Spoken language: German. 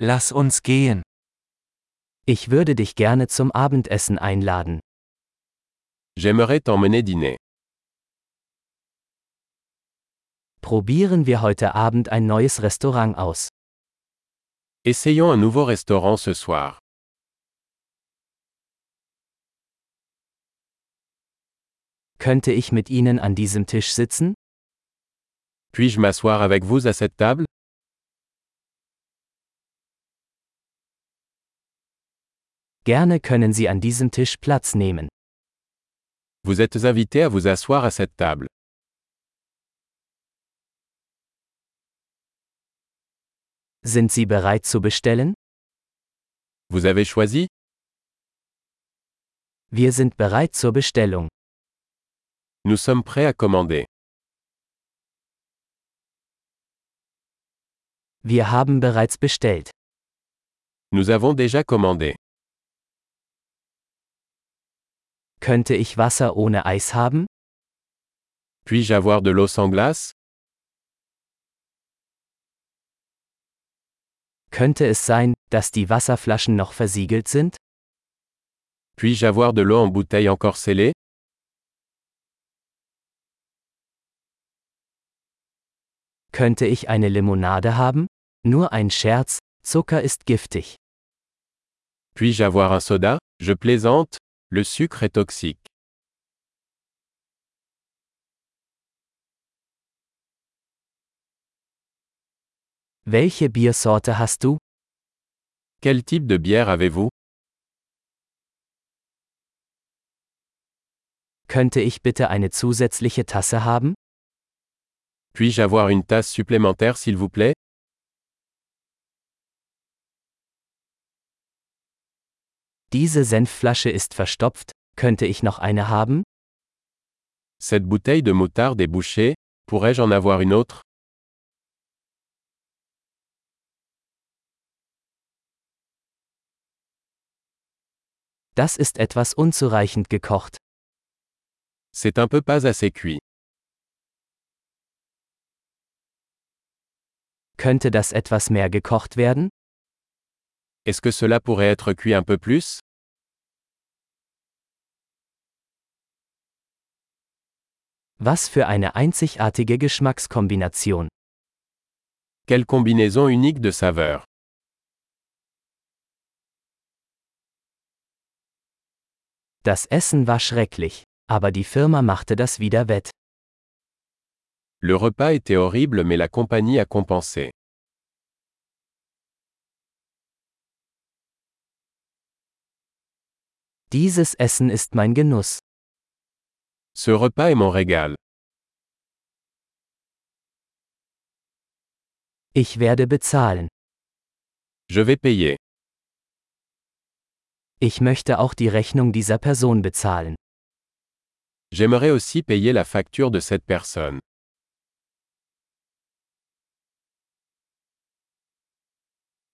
Lass uns gehen. Ich würde dich gerne zum Abendessen einladen. J'aimerais t'emmener dîner. Probieren wir heute Abend ein neues Restaurant aus. Essayons un nouveau restaurant ce soir. Könnte ich mit Ihnen an diesem Tisch sitzen? Puis-je m'asseoir avec vous à cette table Gerne können Sie an diesem Tisch Platz nehmen. Vous êtes invité à vous asseoir à cette table. Sind Sie bereit zu bestellen? Vous avez choisi Wir sind bereit zur Bestellung. Nous sommes prêts à commander. Wir haben bereits bestellt. Nous avons déjà commandé. Könnte ich Wasser ohne Eis haben? Puis-je avoir de l'eau sans glace Könnte es sein, dass die Wasserflaschen noch versiegelt sind? Puis-je avoir de l'eau en bouteille encore scellée Könnte ich eine Limonade haben? Nur ein Scherz, Zucker ist giftig. Puis-je avoir un soda Je plaisante. Le sucre est toxique. Welche Biersorte hast du? Quel type de bière avez-vous Könnte ich bitte eine zusätzliche Tasse haben? Puis-je avoir une tasse supplémentaire s'il vous plaît Diese Senfflasche ist verstopft, könnte ich noch eine haben? Cette bouteille de moutarde est bouchée. Pourrais-je en avoir une autre Das ist etwas unzureichend gekocht. C'est un peu pas assez cuit. Könnte das etwas mehr gekocht werden? Est-ce que cela pourrait être cuit un peu plus Was für eine einzigartige Geschmackskombination. Quelle combinaison unique de saveurs Das Essen war schrecklich, aber die Firma machte das wieder wett. Le repas était horrible mais la compagnie a compensé. Dieses Essen ist mein Genuss. Ce repas est mon régal. Ich werde bezahlen. Je vais payer. Ich möchte auch die Rechnung dieser Person bezahlen. J'aimerais aussi payer la facture de cette personne.